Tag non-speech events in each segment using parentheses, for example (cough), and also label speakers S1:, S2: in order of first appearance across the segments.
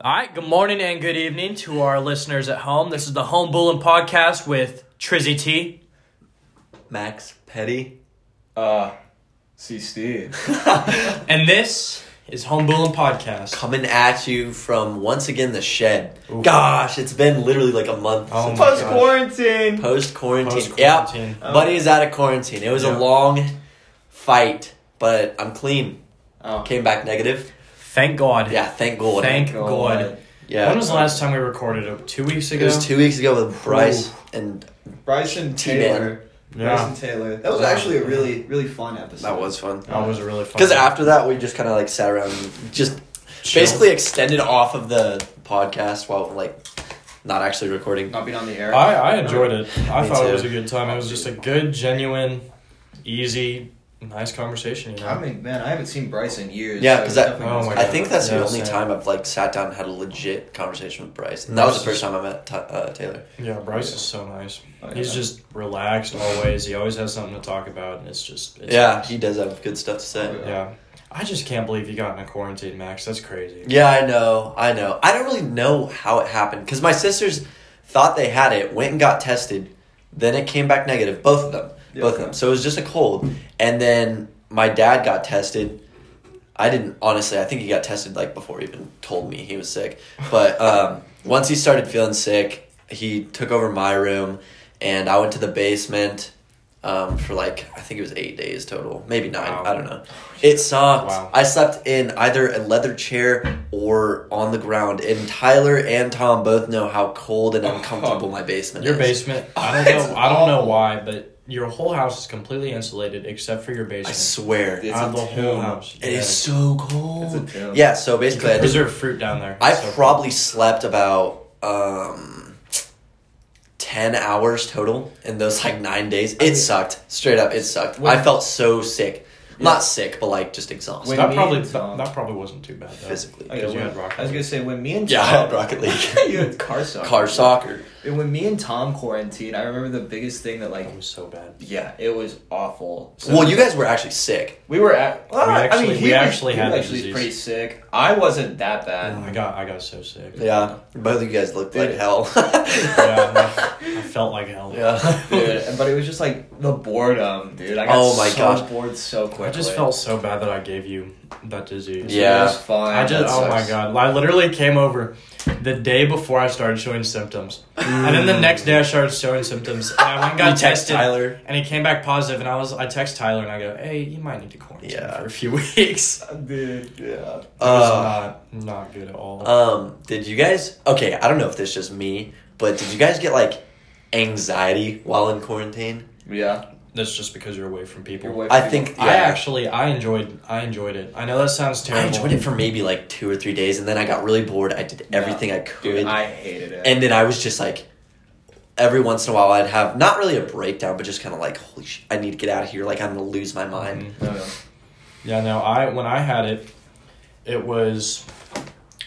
S1: All right, good morning and good evening to our listeners at home. This is the Home Bulletin Podcast with Trizzy T.
S2: Max Petty.
S3: Uh, see
S4: (laughs)
S3: Steve.
S1: And this is Home Bulletin Podcast.
S2: Coming at you from once again the shed. Gosh, it's been literally like a month
S1: Oh
S2: since
S1: my
S3: Post quarantine.
S2: post quarantine.
S1: Post-quarantine.
S2: Yep. Buddy is out of quarantine. It was
S1: Yeah.
S2: a long fight, but I'm clean.
S3: Oh.
S2: Came back negative.
S1: Thank God.
S2: Yeah, thank God.
S1: Thank
S3: God.
S1: God.
S2: yeah.
S1: When was the last time we recorded it? Two weeks
S2: it
S1: ago?
S2: was two weeks ago with Bryce and
S4: Bryson
S2: T-Man.
S4: Taylor.
S1: Yeah.
S4: Bryson Taylor. That was
S2: Yeah.
S4: actually a really, really fun episode.
S2: that was fun.
S1: That was a really fun.
S2: Because after that we just kinda like sat around and just
S1: Chill.
S2: basically extended off of the podcast while like not actually recording.
S4: Not being on the
S1: I,
S4: air.
S1: I enjoyed it. I
S2: Me
S1: thought it
S2: too.
S1: was a good time. It was just a good, genuine, easy, nice conversation, you
S4: I
S1: know?
S4: mean, man, I haven't seen Bryce in years.
S2: Yeah,
S4: so
S2: 'cause
S4: it
S2: that-
S4: definitely
S1: oh
S4: was
S1: my
S2: I
S4: fun.
S1: God.
S2: think that's
S1: Yeah.
S2: the only time I've like sat down and had a legit conversation with Bryce, and that was the first time I met Ta uh, Taylor.
S1: Yeah, Bryce is so nice.
S4: Oh, yeah.
S1: He's just relaxed always. He always has something to talk about, and it's just. It's
S2: yeah, he does have good stuff to say.
S1: Yeah. I just can't believe you got in a quarantine, Max. That's crazy.
S2: Yeah, I know, I know. I don't really know how it happened because my sisters thought they had it, went and got tested, then it came back negative, both of them,
S4: Yeah.
S2: both of them. So it was just a cold, and then my dad got tested. I didn't honestly. I think he got tested like before he even told me he was sick. But um, once he started feeling sick, he took over my room, and I went to the basement um, for like I think it was eight days total, maybe nine.
S1: Wow.
S2: I don't
S4: Oh,
S2: know. It sucked.
S1: Wow.
S2: I slept in either a leather chair or on the ground, and Tyler and Tom both know how cold
S4: Oh.
S2: and uncomfortable my basement
S1: Your
S2: is.
S1: basement. (laughs) I don't know. I don't know why, but your whole house is completely insulated except for your
S2: I
S1: basement.
S2: swear, it
S4: It's
S1: Out of
S4: a
S1: the whole
S4: tomb.
S1: house. yeah.
S2: is so
S4: It's a
S2: cold.
S4: tale.
S2: Yeah. So basically, I
S1: You
S2: did
S1: preserve fruit down there.
S2: I
S1: So cool.
S2: probably slept about um, ten hours total in those like nine days. It sucked. Straight up, it sucked.
S4: When-
S2: I felt so sick. Not sick, but like just exhausted
S4: When
S1: That
S4: me
S1: probably
S4: and Tom-
S1: that, that probably wasn't too bad though.
S2: physically.
S4: Okay,
S1: Because you
S4: when-
S1: had Rocket
S4: I was
S1: League.
S4: gonna say
S1: (laughs)
S4: when me and
S2: Yeah, (laughs) I
S4: Tom,
S2: had Rocket League,
S4: (laughs) you had car suck.
S2: car soccer.
S4: And when me and Tom quarantined, I remember the biggest thing that like,
S1: That was so bad.
S4: yeah, it was awful. So
S2: Well, you guys were actually sick.
S4: we were at. well,
S1: actually-
S4: I mean, he
S1: we
S4: was-
S1: actually
S4: he
S1: had
S4: was
S1: the
S4: actually
S1: disease.
S4: pretty sick. I wasn't that
S1: I
S4: bad.
S1: got I got so sick.
S2: Yeah, both of you guys looked like
S4: Dude.
S2: hell. (laughs)
S1: yeah, I, I felt like hell.
S2: yeah.
S4: Dude, but it was just like the boredom, dude. I got
S2: Oh my
S4: so
S2: gosh.
S4: bored so quickly.
S1: I just felt so bad that I gave you that disease.
S2: Yeah.
S4: It was fun.
S1: I
S4: That
S1: just, oh my
S4: sucks.
S1: god. I literally came over the day before I started showing symptoms. And then the next day I started showing symptoms. And I went and got
S2: Mm. You text
S1: tested.
S2: Tyler.
S1: And he came back positive, and I was, I text Tyler and I go, hey, you might need to quarantine
S2: Yeah.
S1: for a few (laughs) weeks. It
S4: Dude, yeah.
S2: Uh,
S1: was not, not good at all.
S2: (laughs) um, did you guys? Okay, I don't know if this is just me, but did you guys get like anxiety while in quarantine?
S4: Yeah.
S1: That's just because you're away from people.
S4: You're away
S2: I
S4: from
S2: think
S4: people.
S1: I
S2: yeah.
S1: actually, I enjoyed, I enjoyed it. I know that sounds
S2: I
S1: terrible.
S2: enjoyed it for maybe like two or three days, and then I got really bored. I did
S4: Yeah.
S2: everything I could,
S4: Dude, I hated it.
S2: and then I was just like, every once in a while, I'd have not really a breakdown, but just kind of like, holy sh- I need to get out of here. Like I'm gonna lose my mind.
S1: Mhm.
S4: No, no.
S1: Yeah, no, I when I had it, it was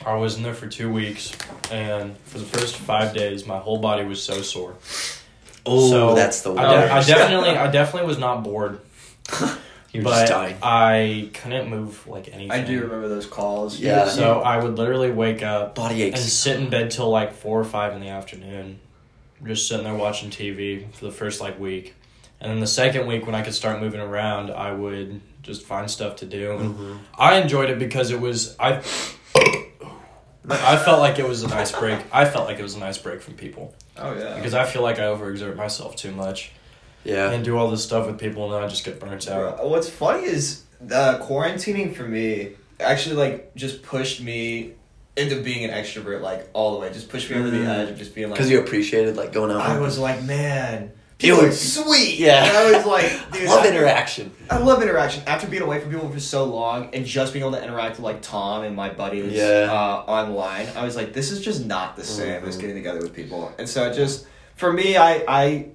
S1: I was in there for two weeks, and for the first five days, my whole body was so sore.
S2: Oh,
S1: so
S2: that's the
S1: I,
S2: worst.
S1: de- I definitely, I definitely was not bored,
S2: You're
S1: but
S2: just dying.
S1: I couldn't move like anything.
S4: I do remember those calls.
S2: Yeah.
S4: You-
S1: So I would literally wake up
S2: Body
S1: and
S2: aches.
S1: sit in bed till like four or five in the afternoon, just sitting there watching TV for the first like week, and then the second week when I could start moving around, I would just find stuff to do and
S2: Mhm.
S1: I enjoyed it because it was I. I felt like it was a nice break. I felt like it was a nice break from people
S4: oh yeah.
S1: because I feel like I overexert myself too much
S2: Yeah. Um,
S1: and do all this stuff with people, and I just get burnt out.
S4: Bro, what's funny is uh, quarantining for me actually like just pushed me into being an extrovert like all the way. Just pushed me over the
S2: Mm.
S4: edge of just being like.
S2: Because you appreciated like going out.
S4: I
S2: with-
S4: was like, man,
S2: Dude.
S4: people are sweet.
S2: Yeah.
S4: And I
S2: (laughs)
S4: was like, dude,
S2: love
S4: I-
S2: interaction.
S4: I love interaction. After being away from people for so long and just being able to interact with like Tom and my buddies
S2: Yeah.
S4: uh, online, I was like, this is just not the same as
S2: Mhm.
S4: getting together with people. And so it just for me, I I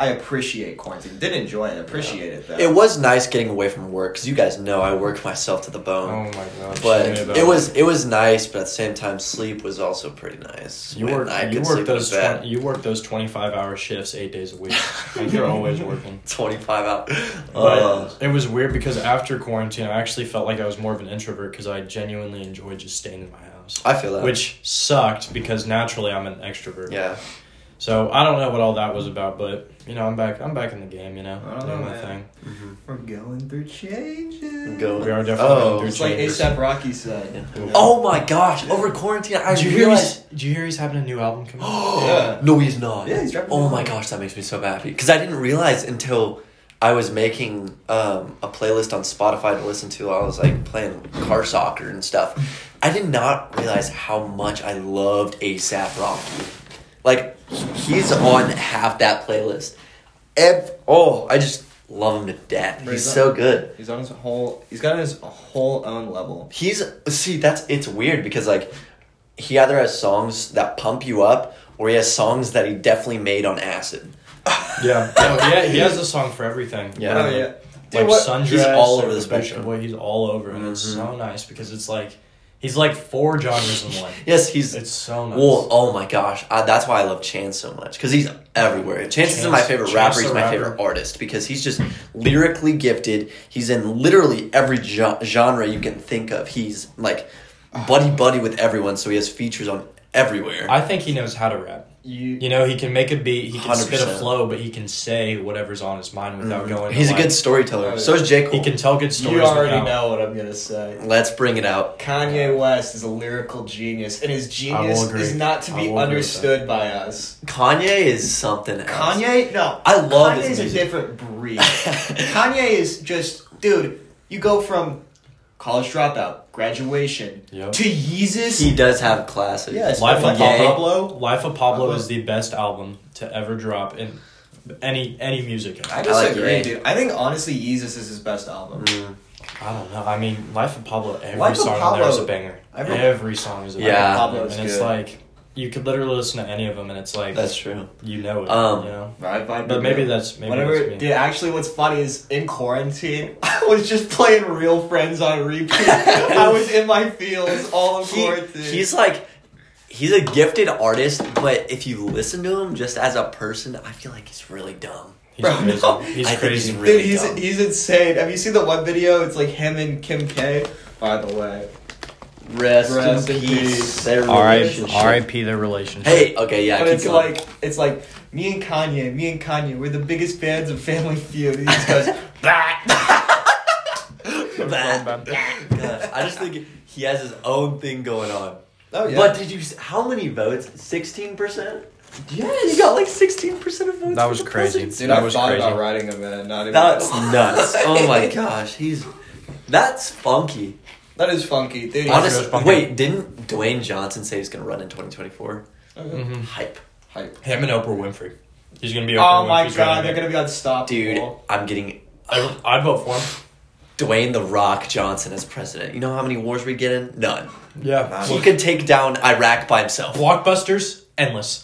S4: I appreciate quarantine. Did enjoy it, appreciate it though.
S2: It was nice getting away from work because you guys know I work myself to the
S1: Oh
S2: bone.
S1: my god!
S2: But
S1: tell me about
S2: it was it was nice, but at the same time, sleep was also pretty nice.
S1: You
S2: When
S1: work.
S2: I
S1: you
S2: could
S1: work
S2: sleep in
S1: those.
S2: bed. (laughs)
S1: 20, you work those twenty-five hour shifts eight days a week. like you're always working.
S2: 25 out.
S1: But
S2: Uh,
S1: it was weird because after quarantine, I actually felt like I was more of an introvert because I genuinely enjoyed just staying in my house. times,
S2: I feel that.
S1: which sucked because naturally I'm an extrovert.
S2: yeah,
S1: So I don't know what all that was about, but you know I'm back. I'm back in the game. You know,
S4: I don't
S1: doing
S4: know,
S1: my
S4: man.
S1: thing.
S4: We're going through changes.
S2: go.
S1: We are definitely
S2: Oh.
S1: going
S4: It's like
S1: Changes.
S4: ASAP Rocky said.
S2: Oh my gosh! Over quarantine, I
S1: Did you hear? He's,
S2: realized.
S1: did you hear he's having a new album coming?
S2: (gasps)
S1: out?
S4: Yeah.
S2: No, he's not.
S4: Yeah, he's dropping
S2: Oh
S4: it.
S2: my gosh, that makes me so happy because I didn't realize until I was making um, a playlist on Spotify to listen to. I was like playing car soccer and stuff. I did not realize how much I loved ASAP Rocky. Like he's on half that playlist. Ev- oh, I just love him to death.
S4: Right,
S2: He's
S4: that-
S2: so good.
S4: He's on his whole. He's got his whole own level.
S2: He's see that's it's weird because like he either has songs that pump you up or he has songs that he definitely made on acid.
S1: (laughs)
S2: (laughs)
S1: Yeah. Oh, yeah. He has a song for everything.
S2: Yeah.
S4: Oh yeah.
S1: like
S4: Dude, what-
S1: sundress.
S2: he's all
S1: or
S2: over the
S1: Bad Sugar
S2: spectrum.
S1: Boy, he's all over, and it's
S2: Mhm.
S1: so nice because it's like he's like four genres in one.
S2: Yes, he's
S1: It's so nice.
S2: well. Oh my gosh, I, that's why I love Chance so much because he's everywhere. Chance, isn't my
S1: Chance-
S2: favorite
S1: Chance
S2: rapper.
S1: the
S2: He's my
S1: rapper.
S2: favorite artist because he's just lyrically gifted. He's in literally every jo- genre you can think of. He's like buddy buddy with everyone, so he has features on everywhere.
S1: Ah. I think he knows how to rap.
S4: You.
S1: You know, he can make a beat, he can spit a
S2: 100%.
S1: flow, but he can say whatever's on his mind without going.
S2: Mm. Mm-hmm. he's a
S1: to,
S2: good
S1: like-
S2: storyteller.
S4: Oh,
S2: So is J Cole.
S1: He can tell good stories.
S4: You already
S1: without-
S4: know what I'm gonna say.
S2: Let's bring it out.
S4: Kanye West is a lyrical genius, and his genius
S1: agree.
S4: is not to
S1: I will
S4: be
S1: agree with
S4: understood by us.
S2: Kanye is something else. (laughs)
S4: Kanye, no,
S2: I love his
S4: Kanye's a
S2: music.
S4: different (laughs) breed. Kanye is just, dude. You go from college dropout, graduation
S1: Yep.
S4: to Yeezus.
S2: he does have classes.
S4: yeah, it's
S1: Life of
S4: like
S2: Pablo.
S4: Pablo.
S1: Life of Pablo
S4: Pablo.
S1: is the best album to ever drop in any any music.
S4: I
S1: I,
S2: like
S4: disagree,
S2: Ye.
S4: dude. I think honestly, Yeezus is his best album.
S2: Mm.
S1: don't know. I mean, Life of Pablo. Every
S4: Life of
S1: song on there is a
S4: Pablo-
S1: banger.
S4: every-
S1: Every, song is a
S2: Yeah.
S1: banger.
S4: Pablo is
S1: and it's
S4: good.
S1: like you could literally listen to any of them, and it's like
S2: That's true.
S1: you know it.
S2: Um,
S1: you know.
S4: Right, right,
S1: Mm-hmm. But maybe that's maybe
S4: Whenever,
S1: that's me.
S4: dude, actually, what's funny is in quarantine, (laughs) I was just playing Real Friends on repeat. (laughs) I was in my fields all of
S2: He,
S4: quarantine.
S2: he's like, he's a gifted artist, but if you listen to him just as a person, I feel like he's really dumb.
S1: He's
S4: Bro,
S1: crazy.
S4: no.
S1: He's
S2: I think
S1: crazy.
S2: he's really
S4: Dude, he's
S2: dumb.
S4: he's insane. Have you seen the one video? It's like him and Kim K. By the way,
S2: Rest,
S4: Rest
S2: in,
S4: in
S2: peace.
S4: peace.
S2: Their
S1: R.I.P.
S2: relationship.
S1: R.I.P. Their relationship.
S2: Hey, okay, yeah.
S4: but
S2: keep
S4: it's
S2: going.
S4: like it's like me and Kanye, me and Kanye, we're the biggest fans of Family Feud. And he
S2: (laughs)
S4: just goes, (laughs)
S2: Bah. God, (laughs) I just think he has his own thing going on.
S4: oh yeah,
S2: But did you? s- How many votes? Sixteen percent.
S4: yes,
S2: You got like sixteen percent of votes.
S1: That
S2: for
S1: was
S2: the
S1: crazy.
S2: presidency.
S4: Dude,
S1: That
S4: I
S1: was
S4: thought
S1: crazy.
S4: about writing him, man. Not even
S2: That's (laughs)
S4: (laughs)
S2: nuts. Oh my gosh, he's that's funky.
S4: that is funky, dude. He's
S1: Honest-
S2: Honestly,
S1: was funky.
S2: wait, didn't Dwayne Johnson say he's gonna run in 2024?
S4: Okay.
S1: Mhm.
S2: Hype,
S4: Hype.
S1: Him and Oprah Winfrey. He's gonna be. Oprah
S4: Oh my
S1: Winfrey's
S4: god, they're
S1: running
S4: gonna be unstoppable.
S2: dude. I'm getting
S1: mate. I, I'd vote for him.
S2: Dwayne the Rock Johnson as president. You know how many wars we get in? None.
S1: Yeah.
S2: He could take down Iraq by himself. (laughs)
S1: Blockbusters endless.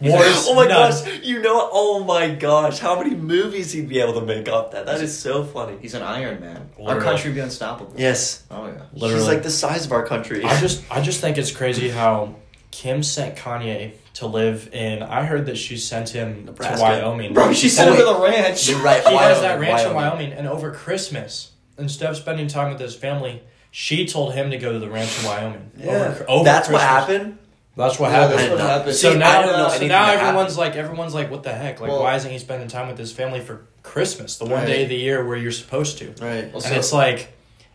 S1: Wars.
S2: oh my
S1: none.
S2: gosh! You know? Oh my gosh! How many movies he'd be able to make off that? That is so funny.
S4: He's an Iron Man. Our
S1: Literally.
S4: country would be unstoppable.
S2: Yes,
S4: Oh yeah.
S1: Literally.
S2: he's like the size of our country.
S1: I just I just think it's crazy how Kim sent Kanye to live in. I heard that she sent him
S2: Nebraska.
S1: to Wyoming.
S4: Bro, she sent
S2: Oh,
S4: him to the ranch.
S2: You're right.
S1: He has
S2: Wyoming,
S1: that ranch in
S2: Wyoming.
S1: Wyoming, and over Christmas, instead of spending time with his family, she told him to go to the ranch in Wyoming.
S2: Yeah.
S1: Over, over
S2: that's
S1: Christmas.
S2: what happened.
S1: That's what
S4: Yeah,
S1: happened.
S4: that's
S2: I
S4: what
S2: know.
S4: happened.
S1: So
S2: See, I
S1: now,
S2: don't know
S1: so
S2: anything
S1: now
S2: that
S1: everyone's like, everyone's like, what the heck? Like,
S4: Well-
S1: why isn't he spending time with his family for Christmas, the one
S4: Right.
S1: day of the year where you're supposed to?
S2: Right.
S4: Well,
S1: and
S4: so-
S1: it's like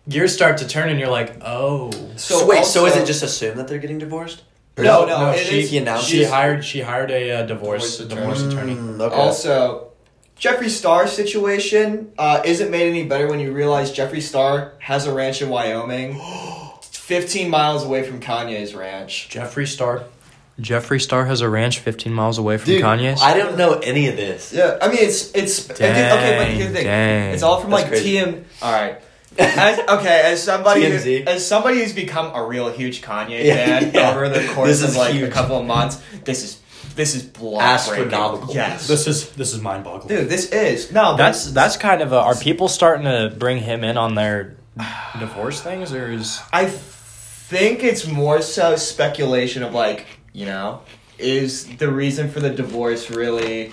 S1: gears start to turn, and you're like, oh.
S2: So, wait, so is it just assumed that they're getting divorced?
S4: No, no, it
S1: she,
S4: is-
S2: He announced
S1: she
S2: it?
S1: hired she hired a uh, divorce
S4: Divorce
S1: divorce attorney.
S2: Mm, okay.
S4: also Jeffree Star's situation uh, isn't made any better when you realize Jeffree Star has a ranch in (gasps) Wyoming, fifteen miles away from Kanye's ranch.
S1: Jeffree Star. Jeffree Star has a ranch 15 miles away from
S2: Dude,
S1: Kanye's.
S2: I don't know any of this.
S4: Yeah, I mean it's it's okay, but here's the thing.
S1: dang.
S4: It's all from
S2: That's
S4: like
S2: crazy.
S4: TM. All right. As, okay, as somebody who,
S2: TMZ.
S4: as somebody who's become a real huge Kanye
S2: Yeah,
S4: fan
S2: yeah.
S4: over the
S2: This
S4: course
S2: is
S4: of like
S2: huge.
S4: a couple of months, this is this is block
S2: Astronomical.
S4: Yes,
S1: this is this is mind boggling.
S4: dude, this is no. but-
S1: That's that's kind of a, are people starting to bring him in on their divorce things or is
S4: I think it's more so speculation of like you know, is the reason for the divorce really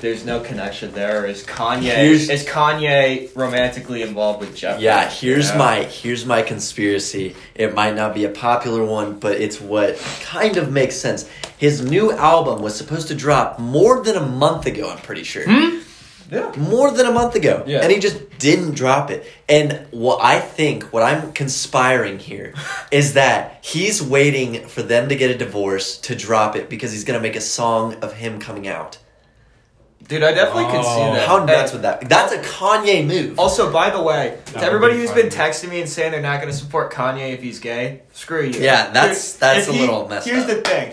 S4: there's no connection there. Is Kanye
S2: Here's-
S4: is Kanye romantically involved with
S2: (laughs)
S4: Jeffrey?
S2: Yeah, here's
S4: Yeah.
S2: my here's my conspiracy. It might not be a popular one, but it's what kind of makes sense. His new album was supposed to drop more than a month ago, I'm pretty sure.
S3: Yeah.
S2: More than a month ago.
S3: Yeah.
S2: And he just didn't drop it. And what I think, what I'm
S1: (laughs)
S2: conspiring here is that he's waiting for them to get a divorce to drop it because he's going to make a song of him coming out.
S4: dude, I definitely can see
S1: Oh.
S4: that.
S2: How
S4: Hey,
S2: nuts would that That's a Kanye move.
S4: Also, by the way,
S1: That
S4: to
S1: would
S4: everybody
S1: be
S4: who's
S1: funny.
S4: been texting me and saying they're not going to support Kanye if he's gay, screw you.
S2: Yeah, that's-
S4: Here-
S2: that's
S4: if
S2: a
S4: he-
S2: little messed
S4: Here's
S2: up.
S4: the thing.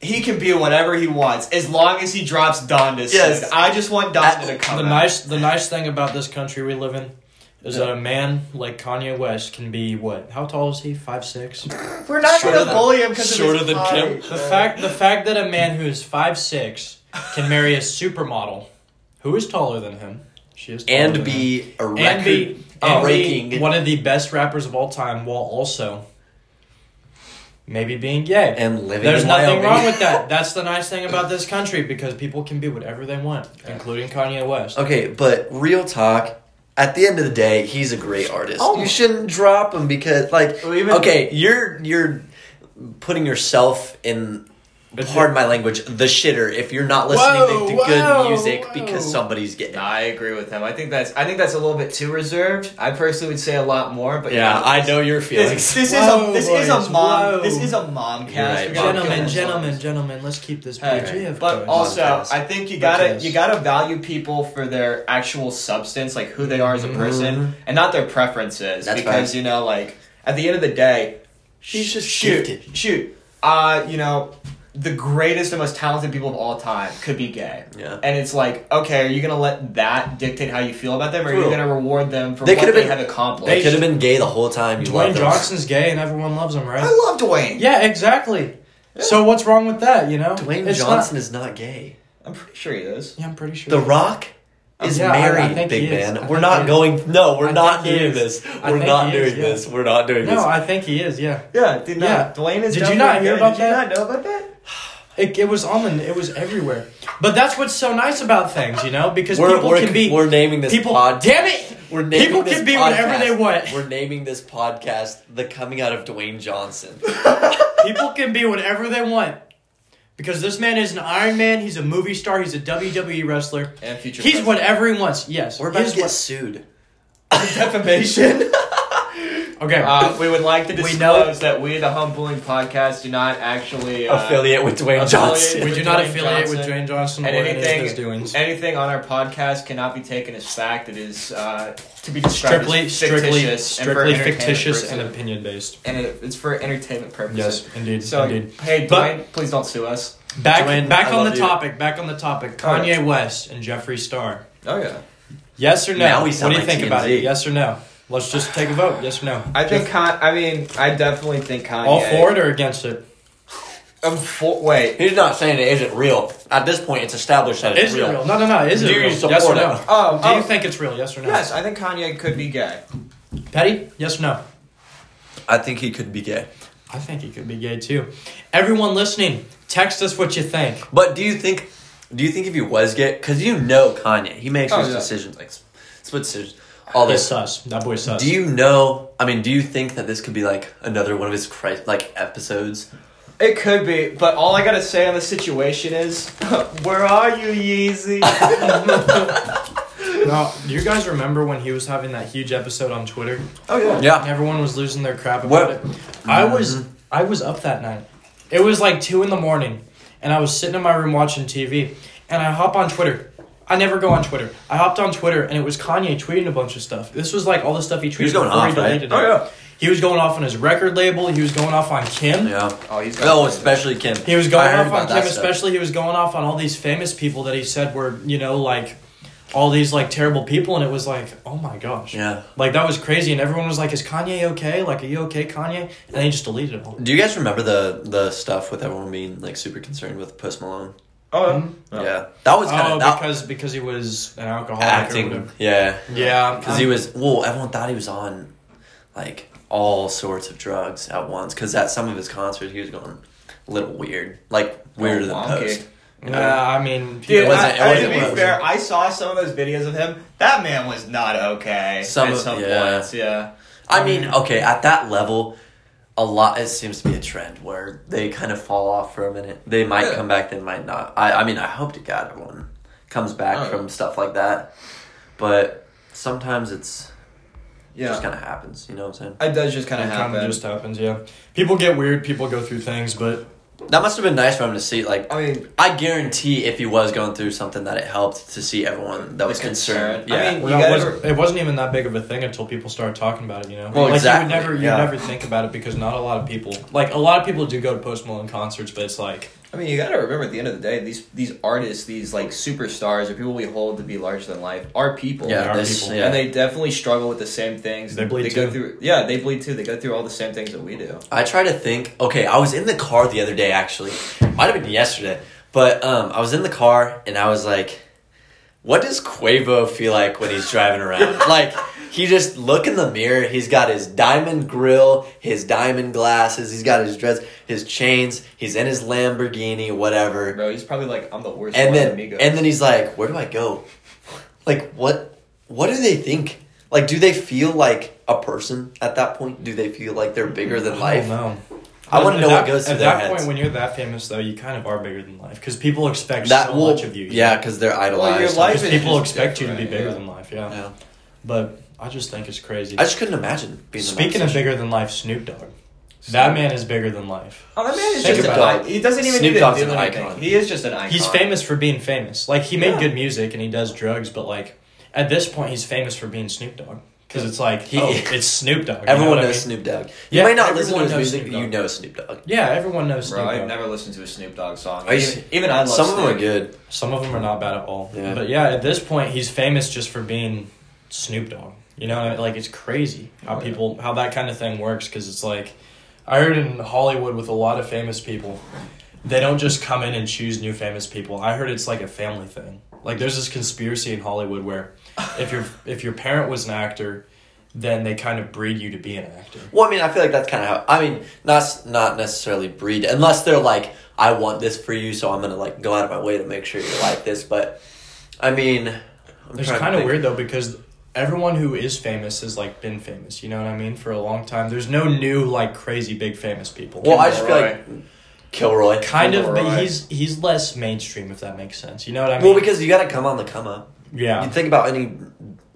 S4: He can be whatever he wants as long as he drops Donda.
S2: Yes.
S4: soon. I just want Donda
S2: At-
S4: to come.
S1: The
S4: out.
S1: nice the nice thing about this country we live in is that a man like Kanye West can be what? How tall is he? Five six.
S4: We're
S1: Shorter
S4: not going to
S1: than-
S4: bully him because of his height.
S1: The fact the fact that a man who is five six can marry a supermodel who is taller than him. She is taller
S2: and
S1: than him,
S2: be a record
S1: and be and
S2: breaking.
S1: be one of the best rappers of all time while also maybe being gay.
S2: and living.
S1: There's
S2: in
S1: nothing
S2: Wyoming.
S1: wrong with
S2: (laughs)
S1: that. That's the nice thing about this country because people can be whatever they want, including Kanye West.
S2: okay, but real talk. At the end of the day, he's a great artist.
S4: Oh.
S2: You shouldn't drop him because, like,
S4: Well, even-
S2: okay, you're you're putting yourself in.
S1: But
S2: Pardon my language. The shitter. If you're not listening
S1: Whoa,
S2: to, to
S1: whoa,
S2: good music because
S1: whoa.
S2: somebody's getting.
S4: Nah, I agree with him. I think that's I think that's a little bit too reserved. I personally would say a lot more, but
S2: Yeah, I know your
S4: This,
S2: feelings.
S4: this
S1: Whoa,
S4: is a this is
S1: boys,
S4: a mom
S1: whoa.
S4: this is a mom cast.
S2: right,
S4: We gotta
S2: mom
S1: Gentlemen,
S4: give them
S2: cast.
S1: gentlemen, gentlemen, let's keep this
S4: Hey,
S1: PG. of
S4: but
S1: course.
S4: also,
S2: Podcast.
S4: I think you gotta
S1: Podcast.
S4: you gotta value people for their actual substance, like who they are as a person,
S2: Mhm.
S4: and not their preferences.
S2: That's
S4: because
S2: facts.
S4: you know, like at the end of the day,
S2: She's just
S4: shoot,
S2: gifted.
S4: shoot. Uh, you know, the greatest and most talented people of all time could be gay.
S2: Yeah.
S4: And it's like, okay, are you gonna let that dictate how you feel about them, or are you
S2: True.
S4: gonna reward them for
S2: They
S4: what
S2: could've
S4: they
S2: been-
S4: have accomplished?
S2: They could have been gay the whole time. You
S1: Dwayne
S2: love them.
S1: Johnson's gay and everyone loves him,
S4: I
S1: right?
S4: love Dwayne.
S1: Yeah, exactly. So what's wrong with that? You know,
S2: Dwayne
S1: It's not-
S2: Johnson is not gay.
S4: I'm pretty sure he is.
S1: yeah, I'm pretty sure.
S2: The Rock is
S1: Oh, Yeah, I- I
S2: married,
S1: think he
S2: big
S1: is. I
S2: man.
S1: think
S2: We're
S1: he
S2: not
S1: is.
S2: going. No, we're
S1: I
S2: not
S1: think he
S2: doing
S1: is.
S2: this.
S1: I
S2: We're
S1: think
S2: not
S1: he is,
S2: doing
S1: yeah.
S2: this. We're not doing
S1: no,
S2: this.
S1: I think he is. Yeah,
S4: Yeah, did not
S1: Yeah.
S4: Dwayne is.
S1: Did you not
S4: definitely
S1: hear
S4: gay.
S1: about
S4: Did you
S1: that?
S4: not know about that?
S1: it, it was on the, it was everywhere. But that's what's so nice about things, you know, because
S2: we're,
S1: people
S2: we're,
S1: can be
S2: (laughs) we're naming this
S1: people.
S2: pod.
S1: Damn it!
S2: We're naming
S1: People
S2: this
S1: can be whatever
S2: podcast-
S1: they want.
S2: We're naming this podcast "The Coming Out of Dwayne
S1: (laughs)
S2: Johnson."
S1: People can be whatever they want. Because this man is an Iron Man, he's a movie star, he's a WWE wrestler.
S4: And future.
S1: He's whatever he wants. Yes.
S2: We're about
S1: he's
S2: to get sued.
S1: (laughs)
S4: defamation.
S1: what- okay.
S4: uh, we would like to
S1: We
S4: disclose
S1: know-
S4: that we, the Humbling Podcast, do not actually uh,
S2: Affiliate with Dwayne
S4: affiliate
S2: Johnson.
S1: we
S4: with
S1: do not
S4: Dwayne
S1: affiliate with
S4: Johnson.
S1: Dwayne Johnson or
S4: And
S1: anything his
S4: anything,
S1: doings.
S4: anything on our podcast cannot be taken as fact. It is uh, to be described
S1: Strictly, strictly,
S4: as fictitious and for
S1: strictly
S4: entertainment
S1: fictitious
S4: purposes.
S1: and opinion based.
S4: and it, it's for entertainment purposes.
S1: Yes, indeed,
S4: So,
S1: indeed.
S4: hey, Dwayne,
S1: But-
S4: please don't sue us.
S1: Back,
S2: Dwayne,
S1: back
S2: I
S1: on the
S2: love you.
S1: topic. Back on the topic. Kanye
S4: Alright.
S1: West and Jeffree Star.
S4: Oh yeah,
S1: Yes or no?
S2: Now we
S1: what
S2: sound
S1: do you
S2: like
S1: think about
S2: TMZ.
S1: it? Yes or no? Let's just take a vote. Yes or no?
S4: I think. Con- I mean, I definitely think Kanye.
S1: All for it or against it?
S4: I'm for. Wait.
S2: (laughs) He's not saying it isn't real. At this point, it's established that it's
S1: Is it real? No, no, no. Is it
S2: Do you
S1: real?
S2: support
S1: Yes or
S2: it?
S1: no?
S4: Oh,
S1: Do
S4: oh,
S1: you think it's real? Yes or no?
S4: yes. I think Kanye could be gay.
S1: Petty? Yes or no?
S2: I think he could be gay.
S1: I think he could be gay too. Everyone listening, text us what you think.
S2: But do you think? Do you think if he was gay? Because you know Kanye, he makes
S4: Oh,
S2: his
S4: yeah.
S2: decisions like split decisions. All
S1: He's
S2: this.
S1: sus. That boy sus.
S2: Do you know? I mean, do you think that this could be like another one of his Christ, like episodes?
S4: It could be, but all I gotta say on the situation is, (laughs) where are you, Yeezy?
S1: now, do you guys remember when he was having that huge episode on Twitter?
S4: (laughs) oh yeah.
S1: And Everyone was losing their crap about
S2: What-
S1: it. I was I was up that night. It was like two in the morning, and I was sitting in my room watching TV, and I hop on Twitter. I never go on Twitter. I hopped on Twitter, and it was Kanye tweeting a bunch of stuff. This was like all the stuff he tweeted
S2: was going
S1: before he
S2: off, right?
S1: deleted
S4: Oh,
S1: it.
S4: yeah.
S1: He was going off on his record label. He was going off on Kim.
S2: Yeah.
S4: Oh, he's
S2: No, especially Kim.
S1: He was
S2: I
S1: going
S2: heard
S1: off on
S2: about
S1: Kim,
S2: that stuff.
S1: especially. He was going off on all these famous people that he said were, you know, like all these like terrible people, and it was like, oh my gosh,
S2: Yeah.
S1: like that was crazy. And everyone was like, "Is Kanye okay? Like, are you okay, Kanye?" And they just deleted it all.
S2: Do you guys remember the the stuff with everyone being like super concerned with Post Malone?
S4: Oh, yeah.
S2: Yeah, that was kind
S1: Oh,
S2: of that
S1: because because he was an alcoholic. Or
S2: acting.
S1: whatever.
S2: Yeah, Um,
S1: yeah,
S2: because he was. Well, everyone thought he was on like all sorts of drugs at once. Because at some of his concerts, he was going a little weird, like weirder than
S4: wonky.
S2: Post.
S1: Yeah, I mean,
S2: Dude,
S1: people-
S2: it wasn't- it
S4: I- I-
S2: wasn't-
S4: to be
S2: it wasn't.
S4: fair, I saw some of those videos of him. That man was not okay
S2: Some
S4: at
S2: of-
S4: some
S2: yeah.
S4: points. Yeah,
S2: I mean,
S4: Um,
S2: okay, at that level, a lot. It seems to be a trend where they kind of fall off for a minute. They might
S3: Yeah.
S2: come back, they might not. I, I mean, I hope to God everyone comes back
S3: Oh, yeah.
S2: from stuff like that, but sometimes it's
S4: yeah.
S2: just kind of happens. You know what I'm
S4: it does just kind
S1: It
S4: of
S1: kind of
S4: happen.
S1: just happens, yeah. People get weird. People go through things, but
S2: saying? That must have been nice for him to see. Like,
S4: I mean,
S2: I guarantee, if he was going through something, that it helped to see everyone that
S4: The
S2: was concerned.
S4: concern. I
S2: Yeah,
S4: mean,
S1: well, no,
S4: You
S1: it,
S4: gotta-
S1: wasn't, it wasn't even that big of a thing until people started talking about it. You know,
S2: Well,
S1: like
S2: exactly,
S1: you would never, you
S2: yeah.
S1: would never think about it because not a lot of people, like a lot of people, do go to Post Malone concerts, but it's like,
S4: I mean, you got to remember at the end of the day, these these artists, these like superstars, or people we hold to be larger than life, are people.
S1: There
S2: yeah,
S1: are
S2: this,
S1: people.
S2: yeah.
S4: And they definitely struggle with the same things.
S1: They bleed
S4: go
S1: too.
S4: through. Yeah, they bleed too. They go through all the same things that we do.
S2: I try to think. Okay, I was in the car the other day. Actually, might have been yesterday, but um, I was in the car and I was like, "What does Quavo feel like when he's driving around? like, he just look in the mirror. He's got his diamond grill, his diamond glasses. He's got his dress, his chains. He's in his Lamborghini, whatever.
S4: Bro, he's probably like, I'm the worst.
S2: And
S4: one
S2: then,
S4: amigo.
S2: and then he's like, "Where do I go? Like, what? What do they think?" Like, do they feel like a person at that point? Do they feel like they're bigger than
S1: I
S2: life?
S1: don't know.
S2: I want to
S1: At
S2: know
S1: that-
S2: what goes through
S1: At
S2: their
S1: that
S2: heads.
S1: point, when you're that famous, though, you kind of are bigger than life because people expect
S2: that
S1: so
S2: will,
S1: much of you. you
S2: Yeah, because they're idolized.
S4: your
S2: I'm
S4: life
S2: just-
S1: Because
S4: is
S1: people
S4: just
S1: expect you to be
S4: different,
S1: bigger
S4: yeah.
S1: than life, yeah.
S2: yeah.
S1: But I just think it's crazy.
S2: I just couldn't imagine being. in that
S1: Speaking of
S2: position.
S1: bigger than life, Snoop Dogg. That man is bigger than life.
S4: Oh, that man is
S1: Think
S4: just an
S2: about it.
S4: icon. He doesn't even
S2: Snoop
S4: need to
S2: Dogg's
S4: do
S2: an
S4: anything.
S2: icon.
S4: He is just an icon.
S1: He's famous for being famous. Like he made
S4: Yeah.
S1: good music and he does drugs, but like at this point, he's famous for being Snoop Dogg because it's like
S2: He-
S1: oh, it's Snoop Dogg. you know
S2: everyone
S1: what I
S2: knows
S1: mean?
S2: Snoop Dogg. You
S1: Yeah,
S2: might not listen to
S1: everyone
S2: his
S1: knows
S2: music,
S1: Snoop
S2: but you
S1: Dogg.
S2: know Snoop Dogg.
S1: Yeah, everyone knows
S4: Bro,
S1: Snoop
S4: I've
S1: Dogg.
S4: never listened to a Snoop Dogg song.
S2: I used-
S4: even, even I love
S2: Some of them
S4: Snoop.
S2: are good.
S1: Some of them are not bad at all.
S2: Yeah.
S1: But yeah, at this point, he's famous just for being Snoop Dogg. You know, like it's crazy how
S4: Oh, yeah.
S1: people how that kind of thing works because it's like I heard in Hollywood with a lot of famous people, they don't just come in and choose new famous people. I heard it's like a family thing. Like there's this conspiracy in Hollywood where if your if your parent was an actor, then they kind of breed you to be an actor.
S2: Well, I mean, I feel like that's kind of how. I mean, not s- not necessarily breed, unless they're like, I want this for you, so I'm gonna like go out of my way to make sure you like this. But I mean, I'm
S1: It's
S2: trying to
S1: kind of
S2: think.
S1: weird though because everyone who is famous has like been famous. You know what I mean? For a long time, there's no new like crazy big famous people.
S2: Well, I just feel like Kilroy.
S1: kind of, but
S4: Right.
S1: he's he's less mainstream if that makes sense. You know what I mean?
S2: Well, because you got to come on the come up. You
S1: yeah,
S2: think about any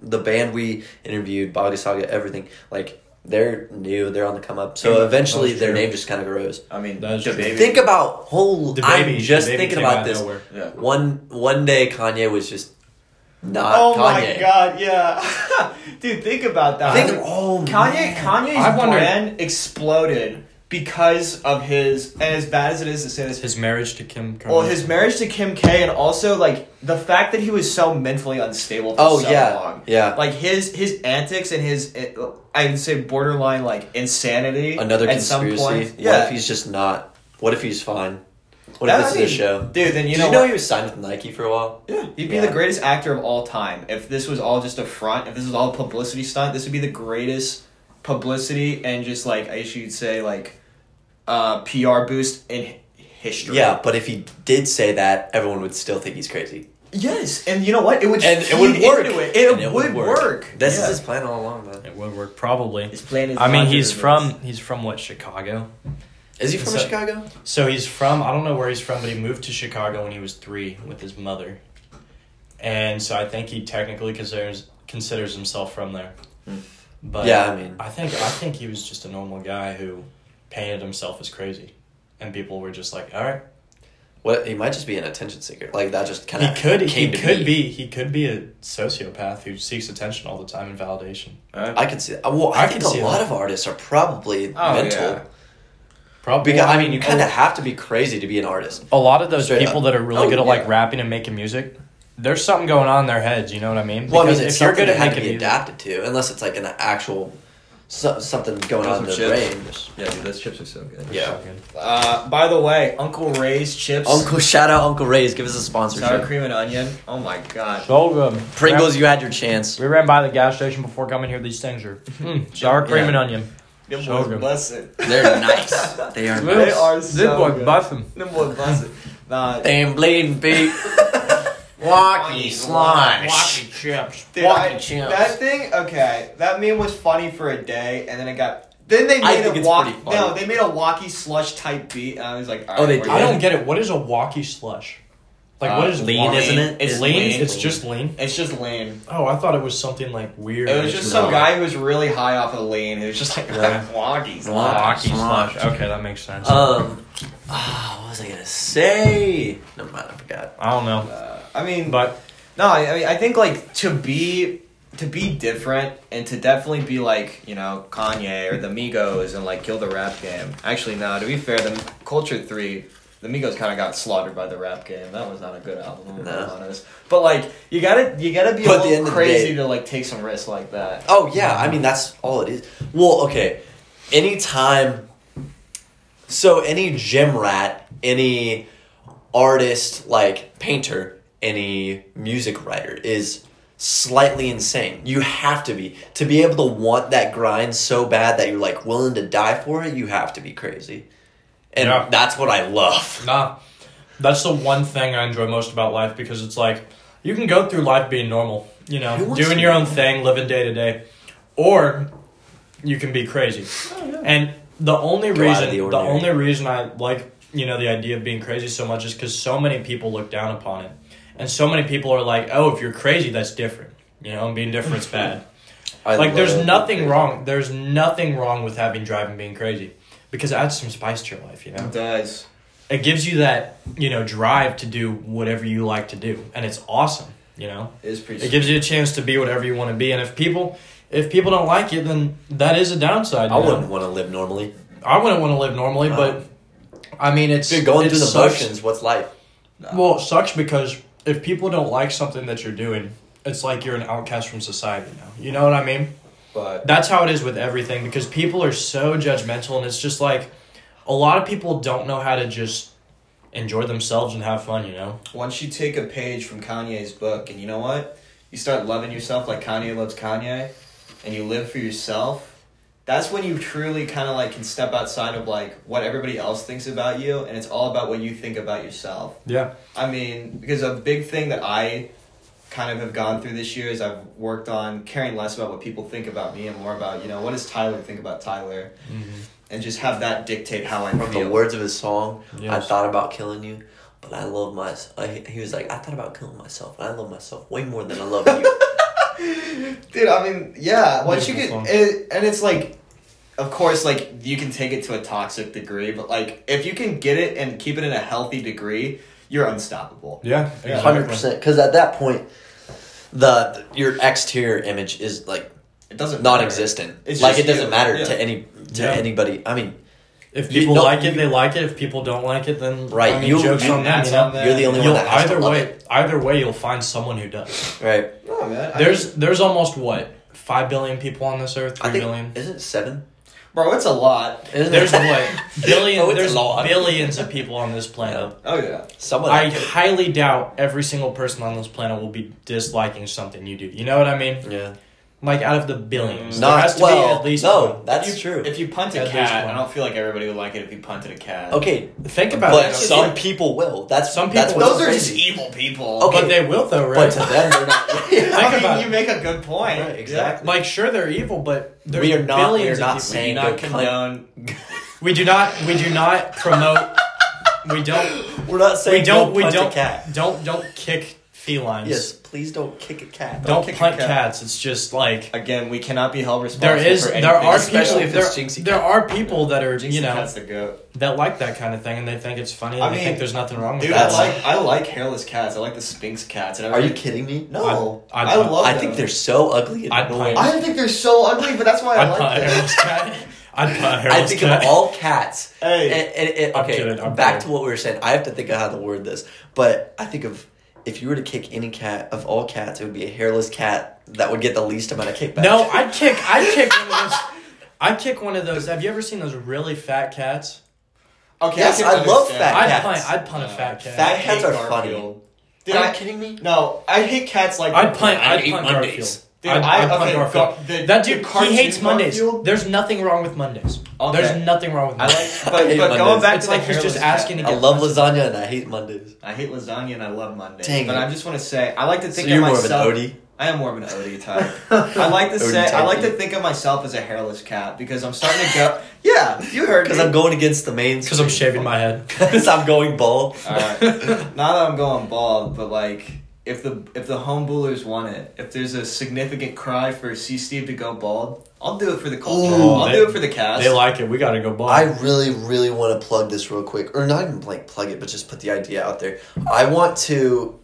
S2: the band we interviewed, Boggy Saga, everything. Like they're new, they're on the come up. So
S1: Yeah,
S2: eventually,
S1: that's
S2: their
S1: true.
S2: name just kind of grows.
S4: I mean,
S1: That is
S4: the
S1: true.
S4: baby.
S2: Think about whole.
S1: the
S2: I'm
S1: baby
S2: just
S1: the baby
S2: thinking
S1: came out
S2: about
S1: of
S2: this.
S1: nowhere.
S4: yeah.
S2: One one day, Kanye was just not
S4: oh
S2: Ah, Kanye.
S4: my god, yeah, (laughs) dude, think about that.
S2: Think, oh
S4: Kanye,
S2: man.
S4: Kanye's
S1: I wonder-
S4: brand exploded because of his, and as bad as it is to say this,
S1: His marriage to Kim. Kardashian.
S4: well, his marriage to Kim K, and also like the fact that he was so mentally unstable for
S2: Oh
S4: so
S2: yeah,
S4: long.
S2: yeah.
S4: Like his his antics and his uh, I would say borderline like insanity.
S2: Another
S4: at some
S2: conspiracy.
S4: point.
S2: What
S4: Yeah,
S2: if he's just not? What if he's fine? What
S4: That-
S2: if this
S4: I
S2: is a
S4: mean,
S2: show?
S4: dude. Then you
S2: Did
S4: know,
S2: you know
S4: what?
S2: he was signed with Nike for a while?
S4: Yeah, he'd be
S2: Yeah.
S4: the greatest actor of all time. If this was all just a front, if this was all a publicity stunt, this would be the greatest publicity and just like I guess you'd say like uh, PR boost in hi- history.
S2: Yeah, but if he did say that, everyone would still think he's crazy.
S4: Yes, and you know what? It would
S2: and it
S4: feed
S2: would work.
S4: into It, It
S2: And
S4: would, work.
S2: This
S4: Yeah.
S2: is his plan all along, man.
S1: it would work probably.
S4: his plan. Is
S1: I mean, he's
S4: marketing
S1: from he's from what Chicago?
S2: Is he from
S1: So-
S2: Chicago?
S1: So he's from I don't know where he's from, but he moved to Chicago when he was three with his mother, and so I think he technically considers considers himself from there.
S4: Hmm.
S1: But
S2: yeah, I mean,
S1: I think I think he was just a normal guy who painted himself as crazy, and people were just like, "All right,
S2: what he might just be an attention seeker. Like that just kind
S1: he
S2: of
S1: could he
S2: came to
S1: could
S2: be.
S1: be he could be a sociopath who seeks attention all the time and validation."
S2: I can see that. Well, I,
S1: I
S2: think
S1: can
S2: a
S1: see
S2: lot
S1: that.
S2: of artists are probably
S4: Oh,
S2: mental.
S4: yeah.
S1: Probably,
S2: Because I mean, you kind of have to be crazy to be an artist.
S1: a lot of those
S2: Straight
S1: people
S2: up.
S1: that are really
S2: Oh,
S1: good at
S2: yeah.
S1: like rapping and making music. There's something going on in their heads, you know what I mean?
S2: Well, I mean,
S1: Because
S2: it's
S1: if you're
S2: something
S1: good
S2: that
S1: at
S2: had to
S1: making
S2: be
S1: music,
S2: adapted to, unless it's like an actual so, something going on in
S4: Those
S2: their
S4: are
S2: brain.
S4: Yeah, dude, those chips are so good.
S2: Yeah.
S4: Uh, by the way, Uncle Ray's chips,
S2: Uncle, shout out Uncle Ray's. Give us a
S4: sour
S2: sponsorship.
S4: cream and onion. Oh my god.
S1: so good.
S2: Pringles, you had your chance.
S1: We ran by the gas station before coming here. These things
S2: (laughs)
S1: are mm, sour cream
S2: Yeah.
S1: and onion.
S4: Them
S1: So
S4: boys
S1: good.
S4: bussin'.
S2: They're (laughs) nice. They are
S4: They
S2: nice.
S4: are so
S1: This boy
S4: good.
S1: bussin'.
S2: (laughs)
S4: Them boys bussin'. Uh,
S2: Damn bleeding beat. Walkie
S1: Walking chips.
S4: dude,
S2: Walking
S4: I-
S2: chimps.
S4: That thing, okay, that meme was funny for a day, and then it got. Then they
S2: I
S4: made
S2: think
S4: a
S2: it's
S4: walk.
S2: pretty funny.
S4: No, they made a walkie slush type beat, and I was like,
S2: Oh, they
S4: did.
S2: did?
S1: I don't get it. What is a walkie slush? Like what
S4: Uh,
S1: is
S2: lean,
S1: walkie?
S2: isn't it?
S1: It's
S2: It's
S1: lean.
S2: lean.
S1: It's just lean.
S4: It's just lame.
S1: Oh, I thought it was something like weird.
S4: It was just some
S2: No.
S4: guy who was really high off of the lane who was just like (laughs)
S2: Yeah.
S4: walkies.
S2: Walkie slush.
S1: Okay, that makes sense.
S2: Um, ah, what was I gonna say? Never mind, I forgot.
S1: I don't know,
S4: Uh, I mean,
S1: but
S4: no, I, I mean, I think like to be to be different and to definitely be like you know Kanye or the Migos and like kill the rap game. Actually, no. To be fair, the Culture Three, the Migos kind of got slaughtered by the rap game. That was not a good album, to be
S2: No.
S4: honest. But like you gotta you gotta be
S2: But at
S4: a
S2: the
S4: little
S2: end of the
S4: crazy
S2: day-
S4: to like take some risks like that.
S2: Oh yeah, I mean that's all it is. Well, okay. Anytime so any gym rat, any artist like painter, any music writer is slightly insane. You have to be. To be able to want that grind so bad that you're like willing to die for it, you have to be crazy. And
S1: Yeah.
S2: that's what I love.
S1: nah, that's the one thing I enjoy most about life because it's like you can go through life being normal, you
S2: Who
S1: know,
S2: wants
S1: doing
S2: to-
S1: your own thing, living day to day, or you can be crazy. And the only
S2: Go out of
S1: reason,
S2: the
S1: the,
S2: ordinary.
S1: only reason I like you know the idea of being crazy so much is because so many people look down upon it, and so many people are like, oh, if you're crazy, that's different. You know, and being different's bad.
S2: I
S1: like, there's
S2: love
S1: nothing
S2: it.
S1: wrong. There's nothing wrong with having drive and being crazy, because it adds some spice to your life. You know,
S4: does.
S1: it gives you that you know drive to do whatever you like to do, and it's awesome. You know,
S4: Is pretty.
S1: it gives you a chance to be whatever you want to be, and if people if people don't like it, then that is a downside.
S2: I
S1: you know?
S2: wouldn't want to live normally.
S1: I wouldn't want to live normally, but I mean, it's
S2: Dude, going
S1: it
S2: through the
S1: sucks.
S2: motions, what's life?
S1: Well, it sucks because if people don't like something that you're doing, it's like you're an outcast from society now. You know what I mean?
S4: but
S1: That's how it is with everything because people are so judgmental, and it's just like a lot of people don't know how to just enjoy themselves and have fun. You know?
S4: once you take a page from Kanye's book, and you know what? You start loving yourself like Kanye loves Kanye, and you live for yourself. That's when you truly kind of like can step outside of like what everybody else thinks about you, and it's all about what you think about yourself.
S1: Yeah.
S4: I mean, because a big thing that I kind of have gone through this year is I've worked on caring less about what people think about me and more about you know what does Tyler think about Tyler, and just have that dictate how I
S2: From
S4: feel.
S2: the words of his song,
S1: Yes.
S2: I thought about killing you, but I love myself. He was like, I thought about killing myself, and I love myself way more than I
S1: (laughs)
S2: love you.
S4: Dude, I mean, yeah. Once you get,
S1: Beautiful song.
S4: it, and it's like, of course, like you can take it to a toxic degree, but like if you can get it and keep it in a healthy degree, you're unstoppable.
S1: Yeah.
S2: Hundred percent. Because at that point, the your exterior image is like
S4: It doesn't matter.
S2: non-existent.
S4: It's
S2: like
S4: just
S2: it doesn't
S4: you.
S2: matter
S4: Yeah.
S2: to any to
S1: Yeah.
S2: anybody. I mean,
S1: If
S2: You-
S1: people
S2: no,
S1: like it,
S2: you-
S1: they like it. If people don't like it, then
S2: Right,
S1: I mean,
S2: you-
S1: jokes
S2: you-
S1: on them.
S4: that's
S1: You know?
S4: on them.
S2: you're the only
S1: You'll
S2: one that has
S1: either
S2: to love
S1: way,
S2: it.
S1: either way, you'll find someone who does.
S2: Right.
S4: No, man. I mean,
S1: There's there's almost what five billion people on this earth,
S2: I
S1: three
S2: think
S1: billion.
S2: isn't it seven?
S4: bro, it's a lot.
S2: (laughs) Isn't
S1: There's
S2: it?
S1: what billion?
S2: (laughs) Oh, it's
S1: there's
S2: a lot.
S1: billions of people on this
S2: (laughs)
S1: planet.
S4: Oh yeah.
S2: Someone.
S1: I
S2: like it.
S1: highly doubt every single person on this planet will be disliking something you do. You know what I mean?
S2: yeah.
S1: Like out of the billions, there
S2: Not
S1: has to
S2: well.
S1: be at least
S2: no,
S1: one.
S2: that's
S4: you,
S2: true.
S4: If you punt
S1: At
S4: a
S1: least
S4: cat, I
S1: one.
S4: don't feel like everybody would like it if you punted a cat.
S2: okay,
S1: Think about
S2: but
S1: it.
S2: some people will. That's
S1: Some
S2: That's
S1: people-
S2: what's
S4: Those are just
S2: crazy.
S4: evil people.
S2: Okay.
S1: but they will though,
S2: But
S1: right?
S2: to them,
S1: (laughs)
S2: they're not.
S4: (laughs) I mean,
S1: about it.
S4: you make a good point.
S2: Right, exactly.
S1: like sure they're evil, but there's
S2: We are not- we are
S1: billions
S2: not
S1: of people.
S4: Yeah. We do
S2: saying
S4: not
S2: good cunt.
S4: condone.
S1: We do not. We do not promote. we don't.
S2: We're not saying
S1: We don't.
S2: Don't
S1: We
S2: punch
S1: don't.
S2: A cat.
S1: Don't don't kick felines.
S2: Yes, please don't kick a cat.
S1: Don't,
S4: kick a
S1: punt
S4: cat.
S1: cats. It's just like
S4: Again, we cannot be held responsible.
S1: there is.
S4: for
S1: There
S4: anything,
S1: are people.
S2: especially if
S1: there,
S2: it's Jinxie
S1: there are people that are
S4: Jinx
S1: you know
S4: cat's the goat.
S1: that like that kind of thing and they think it's funny. And
S4: I
S1: they
S4: mean,
S1: think there's nothing wrong with
S4: Dude,
S1: that.
S2: That's-
S4: I like I like hairless cats. I like the Sphinx cats. And I
S2: Are you kidding me?
S4: No,
S1: I-
S4: I,
S1: I'd punt.
S4: love.
S2: I
S4: them.
S2: think they're so ugly and
S1: I'd
S2: annoying.
S1: punch-
S4: I think they're so ugly, but that's why I
S1: I'd
S4: like
S1: put a
S4: them.
S1: hairless cat. I'd put a
S2: I
S1: hairless
S2: think
S1: cat.
S2: of
S1: (laughs)
S2: all cats.
S4: Hey.
S2: and, and- and-
S1: I'm
S2: okay,
S1: kidding, I'm
S2: back
S1: kidding.
S2: to what we were saying. I have to think of how to word this, but I think of if you were to kick any cat of all cats, it would be a hairless cat that would get the least amount of kickback.
S1: no, I'd kick. I'd kick one of those. I'd kick one of those. Have you ever seen those really fat cats?
S4: (laughs) Okay,
S2: Yes,
S4: can
S2: I love
S4: understand.
S2: fat
S1: I'd
S2: cats.
S1: punt. I'd punt a fat cat.
S2: Fat
S4: I
S2: cats
S4: hate
S2: are funny.
S4: Garfield.
S2: Are
S4: Dude,
S2: you
S4: I,
S2: kidding me?
S4: no, I hate cats like
S1: I'd punt.
S2: I
S1: I'd
S2: hate
S1: punt
S2: Mondays.
S1: Garfield.
S4: Dude,
S1: I'd-
S4: I-
S1: I'd punch
S4: okay,
S1: Garfield.
S4: Gar- the-
S1: that
S4: the
S1: dude,
S4: cartoon
S1: he hates Mondays.
S4: Garfield?
S1: There's nothing wrong with Mondays.
S4: Okay.
S1: There's nothing wrong with (laughs)
S4: I
S1: Mondays.
S4: like,
S2: I hate
S4: but, but going
S2: Mondays.
S4: back
S1: It's
S4: to like
S1: like he's just
S4: hairless
S1: asking
S4: Jack.
S1: to
S2: I love lasagna and I hate Mondays.
S4: I hate lasagna and I love Mondays.
S2: Dang
S4: but
S2: it.
S4: I just want to say I like to
S2: So
S4: think
S2: you're
S4: of
S2: more of an
S4: myself.
S2: Odie.
S4: I am more of an Odie (laughs) type. I like to
S2: Odie
S4: say I
S2: type.
S4: like to think of myself as a hairless cat because I'm starting to go. (laughs) Yeah, you heard
S2: Because
S4: me.
S2: I'm going against the main.
S1: Because I'm
S2: (laughs)
S1: shaving my head.
S2: Because I'm going bald. (laughs)
S4: Alright. Not that I'm going bald, but like if the if the homebullers want it, if there's a significant cry for C Steve to go bald, I'll do it for the culture.
S2: Ooh,
S4: I'll
S1: they-
S4: do it for the cast.
S1: They like it. We gotta go bald.
S2: I really, really want to plug this real quick, or not even like plug it, but just put the idea out there. I want to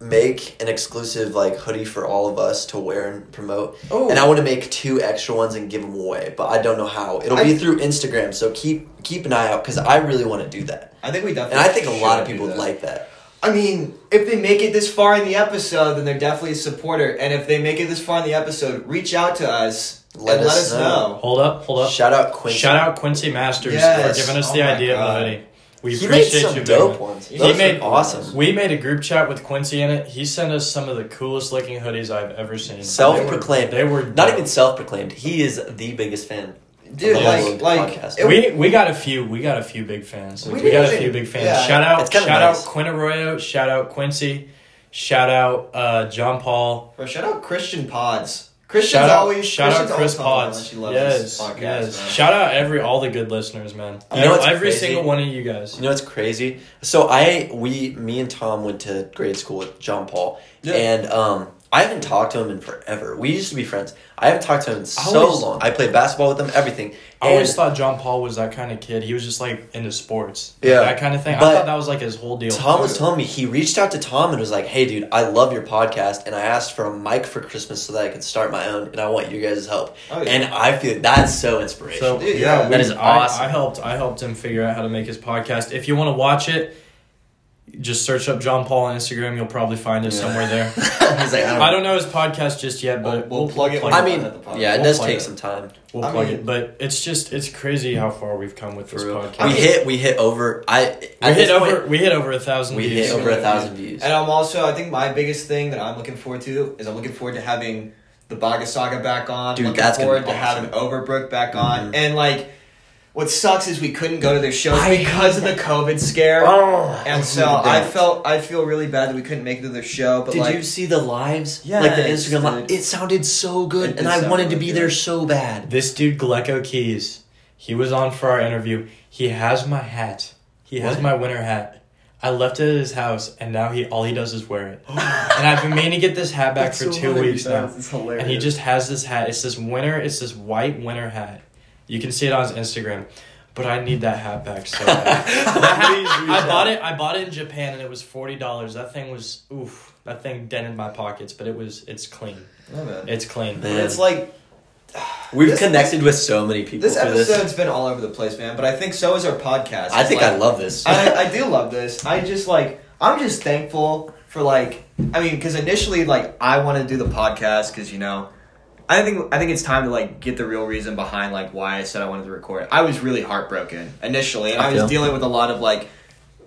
S2: make an exclusive like hoodie for all of us to wear and promote,
S1: Oh.
S2: and I want to make two extra ones and give them away. But I don't know how. It'll be
S4: I-
S2: through Instagram, so keep keep an eye out because I really want to do that,
S4: I think we
S2: and
S4: definitely.
S2: I think a lot of
S4: should do
S2: people would
S4: that.
S2: like that.
S4: I mean, if they make it this far in the episode, then they're definitely a supporter. And if they make it this far in the episode, reach out to us
S2: Let
S4: and
S2: us
S4: let us
S2: know.
S4: know.
S1: Hold up, hold up.
S2: Shout out Quincy.
S1: Shout out Quincy Masters
S4: Yes.
S1: for giving us
S4: Oh
S1: the
S4: my
S1: idea
S4: God.
S1: of the hoodie. We
S2: He made
S1: appreciate
S2: some
S1: you.
S2: dope
S1: Doing it.
S2: ones.
S4: He
S2: Those
S1: made-
S2: are awesome.
S1: We made a group chat with Quincy in it. He sent us some of the coolest looking hoodies I've ever seen.
S2: Self-proclaimed.
S1: They were, they were
S2: Not even self-proclaimed. He is the biggest fan.
S4: Dude,
S2: Of the whole
S4: like, like
S2: podcast.
S4: it-
S1: we we got a few we got a few big fans.
S4: We
S1: We, got a
S4: did.
S1: few big fans.
S4: Yeah.
S1: shout
S2: It's
S1: out
S2: kinda
S1: shout
S2: nice.
S1: out Quinn Arroyo. Shout out Quincy. Shout out uh, John Paul.
S4: Bro, shout out Christian Pods. Christian's
S1: shout out
S4: always
S1: shout out
S4: Christian's
S1: Chris
S4: always humble
S1: Pods.
S4: unless She loves
S1: yes,
S4: this podcast,
S1: yes.
S4: man.
S1: Shout out every all the good listeners, man.
S2: You know what's
S1: every
S2: crazy?
S1: single one of you guys.
S2: You know what's crazy? So I we me and Tom went to grade school with John Paul,
S4: Yeah.
S2: and um, I haven't talked to him in forever. We used to be friends. I haven't talked to him in so
S1: always-
S2: long. I played basketball with him, everything.
S1: I always
S2: And-
S1: thought John Paul was that kind of kid. He was just like into sports,
S2: Yeah.
S1: that kind of thing.
S2: But
S1: I thought that was like his whole deal.
S2: Tom was telling me he reached out to Tom and was like, "Hey, dude, I love your podcast, and I asked for a mic for Christmas so that I could start my own, and I want your guys' help."
S4: Oh, yeah.
S2: And I feel that's so
S1: So
S2: inspirational.
S4: Dude,
S1: yeah,
S4: yeah.
S2: That is
S1: I-
S2: awesome.
S1: I, helped. I helped him figure out how to make his podcast. If you want to watch it, just search up John Paul on Instagram. You'll probably find it
S2: Yeah.
S1: somewhere there.
S2: (laughs) He's like,
S1: I don't know his podcast just yet,
S4: We'll-
S1: but
S4: we'll plug it when
S2: I
S4: we
S2: mean,
S4: find out the podcast.
S2: yeah, it
S1: We'll
S2: does
S1: plug
S2: take
S1: it.
S2: some time.
S1: We'll
S4: I
S1: plug
S4: mean-
S1: it. But it's just it's crazy how far we've come with
S2: For
S1: this
S2: real.
S1: podcast.
S2: we hit, we hit over. I
S1: We
S2: at
S1: hit
S2: this
S1: over.
S2: point,
S1: we hit over a thousand.
S2: we
S1: views.
S2: hit over a thousand views.
S4: And I'm also, I think my biggest thing that I'm looking forward to is I'm looking forward to having the Baga Saga back on.
S2: Dude,
S4: looking
S2: that's gonna
S4: forward
S2: be
S4: to
S2: awesome.
S4: having Overbrook back on.
S2: Mhm.
S4: And like, what sucks is we couldn't go to their shows
S2: I-
S4: because of the COVID scare.
S2: Oh,
S4: and so I felt, I feel really bad that we couldn't make it to their show. But
S2: Did
S4: like,
S2: you see the lives?
S4: Yes,
S2: like the Instagram live.
S4: dude.
S2: It sounded so good,
S4: It
S2: and
S4: did
S2: I
S4: sound
S2: wanted to
S4: really
S2: be
S4: good.
S2: there so bad.
S1: This dude Glecko Keys, he was on for our interview. He has my hat. He has
S2: What?
S1: my winter hat. I left it at his house, and now he all he does is wear
S2: (gasps)
S1: it. and I've been meaning to get this hat back
S2: That's
S1: for
S2: so
S1: two
S2: hilarious.
S1: weeks now.
S4: It's hilarious.
S1: And he just has this hat. It's this winter. It's this white winter hat. You can see it on his Instagram. But I need that hat back so
S2: (laughs)
S1: bad. That hat- I bought it. I bought it in Japan, and it was forty dollars. That thing was oof. That thing dented my pockets, but it was. It's clean.
S4: Yeah, man.
S1: It's clean.
S2: Man.
S4: But it's like
S2: We've
S4: This-
S2: connected with so many people
S4: This
S2: through
S4: episode's
S2: this.
S4: been all over the place, man. But I think so is our podcast.
S2: I
S4: It's
S2: think
S4: like-
S2: I love this.
S4: (laughs) I, I do love this. I just like I'm just thankful for like I mean because initially like I want to do the podcast because you know I think I think it's time to like get the real reason behind like why I said I wanted to record. I was really heartbroken initially, and
S2: I
S4: I, was
S2: feel.
S4: dealing with a lot of like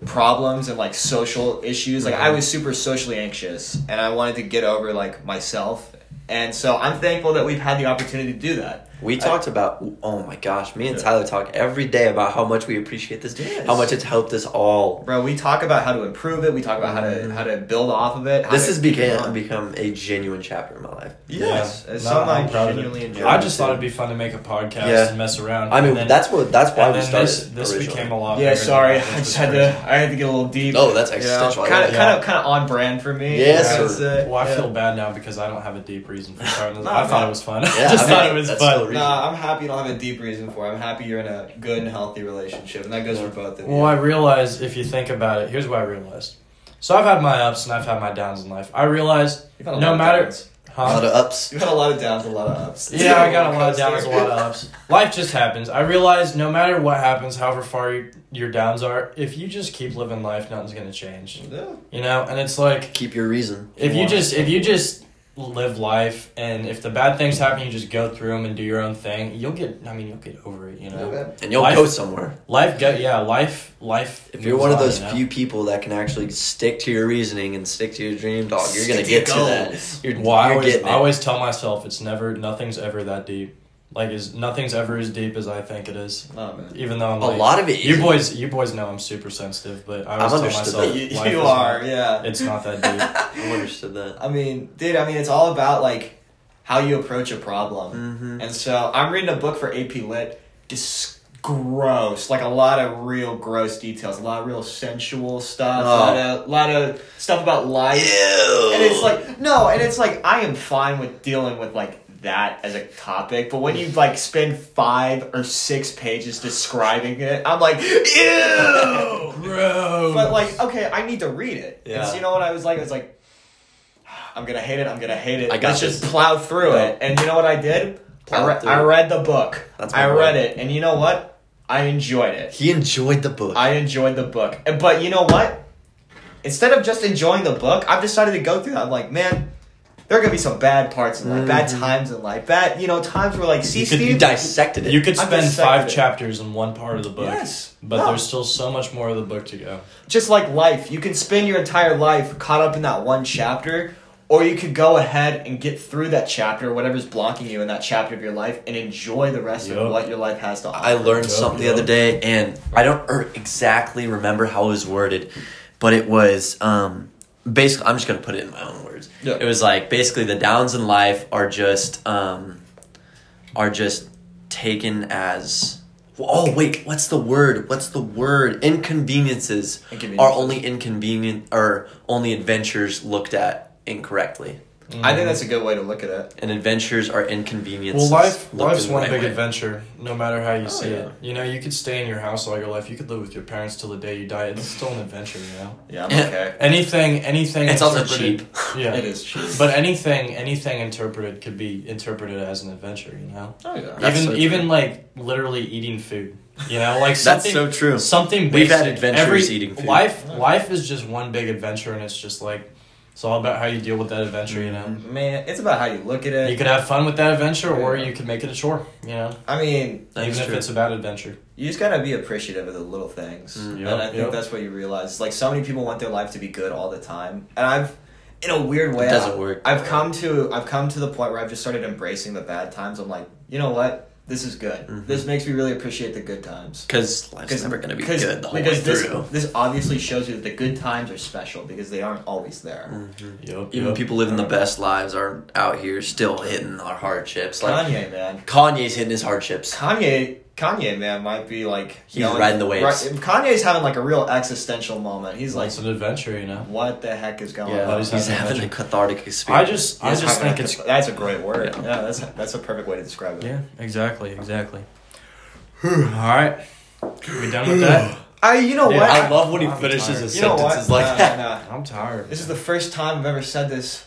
S4: problems and like social issues. Like
S2: Mm-hmm.
S4: I was super socially anxious, and I wanted to get over like myself. And so I'm thankful that we've had the opportunity to do that.
S2: we talked about oh my gosh, me and
S4: Yeah.
S2: Tyler talk every day about how much we appreciate this,
S4: Yes.
S2: how much it's helped us all.
S4: Bro, we talk about how to improve it. We talk about how to how to build off of it. how
S2: Mm-hmm. This
S4: to
S2: has
S4: keep it
S2: become
S4: on.
S2: become a genuine chapter in my life.
S4: Yes,
S1: Yeah.
S4: it's
S1: No,
S4: something
S1: I'm
S4: I
S1: proud of it.
S4: genuinely enjoy.
S1: I just thought it'd be fun to make a podcast
S2: Yeah.
S1: and mess around.
S2: I mean,
S1: And then-
S2: that's what that's why
S1: and
S2: we
S1: then
S2: started.
S1: This, this
S2: originally.
S1: became a lot.
S4: Yeah,
S1: bigger than
S4: sorry,
S1: that.
S4: I
S1: This
S4: just had
S1: was
S4: to. I had to get a little deep.
S2: Oh, that's existential. I
S4: Kind
S2: like
S4: of,
S1: that.
S4: kind of, kind of on brand for me.
S2: Yes,
S4: Yeah,
S2: sir.
S4: it's, uh,
S1: crazy. Well, I
S4: yeah.
S1: feel bad now because I don't have a deep reason for starting this.
S4: No,
S1: I thought
S4: man.
S1: it was fun.
S2: (laughs) Yeah,
S1: I just
S2: I
S1: thought
S2: mean,
S1: it was
S2: that's
S1: fun.
S2: still real.
S4: Nah, I'm happy you don't have a deep reason for it. I'm happy you're in a good and healthy relationship, and that goes for both of you.
S1: Well, I realized if you think about it, here's what I realized. So I've had my ups and I've had my downs in life. I realized
S4: You've had a lot
S1: no
S4: of
S1: matter,
S4: downs.
S2: a lot
S1: huh?
S2: of ups.
S4: you had a lot of downs, a lot of ups.
S1: Yeah, I got a lot of downs, a lot of ups. Life just happens. I realized no matter what happens, however far your, your downs are, if you just keep living life, nothing's gonna change.
S4: (laughs) Yeah.
S1: You know, and it's like
S2: Keep your reason.
S1: if you just if you just live life, and if the bad things happen, you just go through them and do your own thing. You'll get. I mean, you'll get over it. You know,
S2: and you'll
S1: Life-
S2: go somewhere.
S1: life. Go, yeah, life. Life.
S2: If you're one of
S1: moves
S2: those
S1: on, you
S2: few people that can actually stick to your reasoning and stick to your dream, dog, you're gonna get
S4: Stick to
S2: to
S4: your
S2: that.
S4: goals.
S2: You're,
S1: Well, I
S2: you're
S1: always,
S2: getting
S1: I
S2: it.
S1: always tell myself it's never. Nothing's ever that deep. Like is nothing's ever as deep as I think it is.
S4: Oh, man.
S1: Even though I'm
S2: a
S1: like,
S2: lot of it.
S1: You
S2: is- (laughs)
S1: boys, you boys know I'm super sensitive, but I always
S2: I've
S1: tell
S2: understood
S1: myself
S2: that.
S4: (laughs) You,
S1: life
S4: you
S1: is
S4: are,
S1: not-
S4: yeah.
S1: It's not
S4: (laughs)
S1: that deep.
S2: I've understood that.
S4: I mean, dude, I mean, it's all about like how you approach a
S1: Mm.
S4: problem.
S2: Mm-hmm.
S4: And so I'm reading a book for AP Lit. Dis- gross, like a lot of real gross details, a lot of real sensual stuff, a lot of, lot of stuff about life. And
S2: (laughs)
S4: it's like no, and it's like I am fine with dealing with like that as a topic, but when you like spend five or six pages describing it, I'm like ew.
S1: Bro.
S4: But like, okay, I need to read it.
S2: Yeah.
S4: And so you know what I was like? I was like, (sighs) I'm gonna hate it. I'm gonna hate it.
S2: I got
S4: Let's just
S2: this.
S4: plow through
S2: Yeah.
S4: it. And you know what I did? I,
S2: Plow
S4: re-
S2: through
S4: I
S2: it.
S4: read the book.
S2: That's my
S4: I
S2: word.
S4: read it, and you know what? I enjoyed it.
S2: he enjoyed the book.
S4: I enjoyed the book. And- But you know what? Instead of just enjoying the book, I've decided to go through that. I'm like, man. There are gonna be some bad parts in life, bad times in life, bad you know times where like,
S2: Mm-hmm.
S4: see,
S2: you, could,
S4: Steve,
S2: you dissected it.
S1: you could
S4: I'm
S1: spend
S4: just
S1: five
S4: psyched.
S1: chapters in one part of the book.
S4: Yes.
S1: But
S4: No.
S1: there's still so much more of the book to go.
S4: just like life, you can spend your entire life caught up in that one chapter, or you could go ahead and get through that chapter, whatever's blocking you in that chapter of your life, and enjoy the rest
S1: Yup.
S4: of what your life has to offer.
S2: I learned
S1: Yup,
S2: something
S1: yup.
S2: the other day, and I don't er, exactly remember how it was worded, but it was um, basically. I'm just gonna put it in my own words.
S4: Yeah.
S2: It was like basically the downs in life are just um, are just taken as. Oh wait, what's the word? What's the word? Inconveniences, are
S4: Inconveniences.
S2: only inconvenient or only adventures looked at incorrectly,
S4: I think that's a good way to look at it.
S2: and adventures are inconveniences.
S1: Mm. Well, life
S2: looked
S1: life's
S2: in the
S1: one
S2: right
S1: big
S2: way.
S1: adventure, no matter how you
S4: Oh,
S1: see
S4: yeah.
S1: it. You know, you could stay in your house all your life. You could live with your parents till the day you die. It's still an adventure, you know.
S4: Yeah, I'm (laughs) okay.
S1: Anything, anything.
S2: It's also
S1: interpreted-
S2: cheap.
S1: (laughs) Yeah.
S4: it is cheap.
S1: But anything, anything interpreted could be interpreted as an adventure, you know.
S4: Oh, yeah.
S2: That's
S1: even
S2: so true.
S1: even like literally eating food, you know, like
S2: (laughs)
S1: something,
S2: That's so true.
S1: Something
S2: We've had
S1: basic.
S2: adventures
S1: Every-
S2: eating food.
S1: Life life is just one big adventure, and it's just like it's all about how you deal with that adventure, you know.
S2: Mm-hmm.
S4: Man, it's about how you look at
S1: You
S4: it.
S1: could have fun with that adventure, or
S4: Yeah.
S1: you could make it a chore, you know.
S4: I mean,
S2: That is
S1: even if
S2: true.
S1: it's a bad adventure,
S4: you just gotta be appreciative of the little things.
S2: Mm.
S1: Yup,
S4: and I think
S1: yup.
S4: that's what you realize. It's Like, so many people want their life to be good all the time. And I've, in a weird way,
S2: It doesn't
S4: I-
S2: work.
S4: I've come to I've come to the point where I've just started embracing the bad times. I'm like, you know what? This is good.
S2: Mhm.
S4: This makes me really appreciate the good times.
S2: Because life's never going to be
S4: 'cause-
S2: good the whole way
S4: because this,
S2: through.
S4: This obviously shows you that the good times are special because they aren't always there.
S2: Mm.
S1: Yup,
S2: Even
S1: yup.
S2: people living the best lives are out here still hitting our hardships. Like
S4: Kanye, man.
S2: Kanye's hitting his hardships.
S4: Kanye, Kanye, man, might be like
S2: He's riding the waves.
S4: Right, Kanye's having like a real existential moment. He's like,
S1: it's an adventure, you know.
S4: what the heck is going
S1: Yeah,
S4: on?
S1: he's
S2: He's
S1: having
S2: having a
S1: adventure.
S2: cathartic
S1: I
S2: experience.
S1: just I
S4: He's
S1: just
S4: having
S1: think
S4: a-
S1: it's
S4: that's a great word.
S2: Yeah.
S4: Yeah, that's that's a perfect way to describe it.
S1: yeah, exactly, exactly. (sighs) all right, we done with
S2: (sighs)
S1: that.
S4: I, you know
S1: Dude,
S4: what?
S2: I love when he
S1: I'm
S2: finishes
S1: tired.
S2: his
S4: you know what?
S2: sentences like
S4: Nah,
S2: that.
S4: nah.
S1: I'm tired.
S4: This is the first time I've ever said this.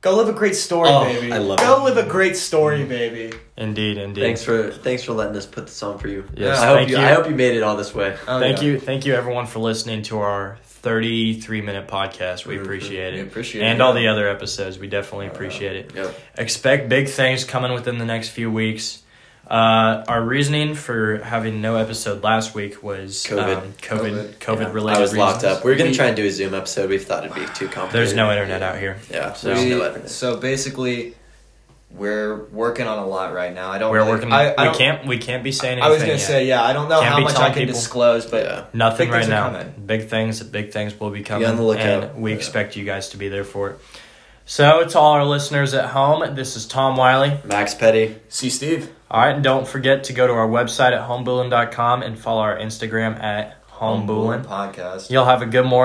S4: Go live a great story,
S2: Oh,
S4: baby.
S2: I love
S4: Go
S2: it.
S4: live a great
S1: Mm.
S4: story, baby.
S1: indeed, indeed.
S2: Thanks for thanks for letting us put this on for you.
S1: Yes,
S2: I hope
S1: thank
S2: you,
S1: you.
S2: I hope you made it all this way.
S4: Oh.
S1: thank you, thank you everyone for listening to our 33 minute podcast. We appreciate
S4: We
S1: it.
S4: appreciate
S1: and
S4: it.
S1: all the other episodes. We definitely appreciate it.
S2: Yep.
S1: Expect big things coming within the next few weeks. Uh, our reasoning for having no episode last week was
S2: COVID.
S1: um, COVID, COVID,
S2: Yeah.
S1: related.
S2: I was locked
S1: reasons.
S2: up. We were gonna try and do a Zoom episode. We thought it'd be too complicated.
S1: There's no internet out here.
S2: Yeah,
S1: So-
S2: there's no
S4: We,
S2: internet.
S4: so basically, we're working on a lot right now. I don't.
S1: We're
S4: really-
S1: working.
S4: I, I
S1: we
S4: don't-
S1: can't. We can't be saying.
S4: I
S1: Anything
S4: was gonna
S1: yet.
S4: say yeah. I don't know
S1: Can't
S4: how
S1: be
S4: much I
S1: telling
S4: can
S1: people.
S4: disclose, but
S2: Yeah.
S1: Nothing
S4: Big
S1: right
S4: things are
S1: now.
S4: coming.
S1: Big things, big things will be coming.
S2: on the lookout.
S1: And we
S2: Yeah.
S1: expect you guys to be there for it. So, to all our listeners at home, this is Tom Wiley.
S2: Max Petty.
S4: see Steve.
S1: All right, and don't forget to go to our website at homebullin.com and follow our Instagram at homebullin.
S4: podcast.
S1: You'll have a good morning.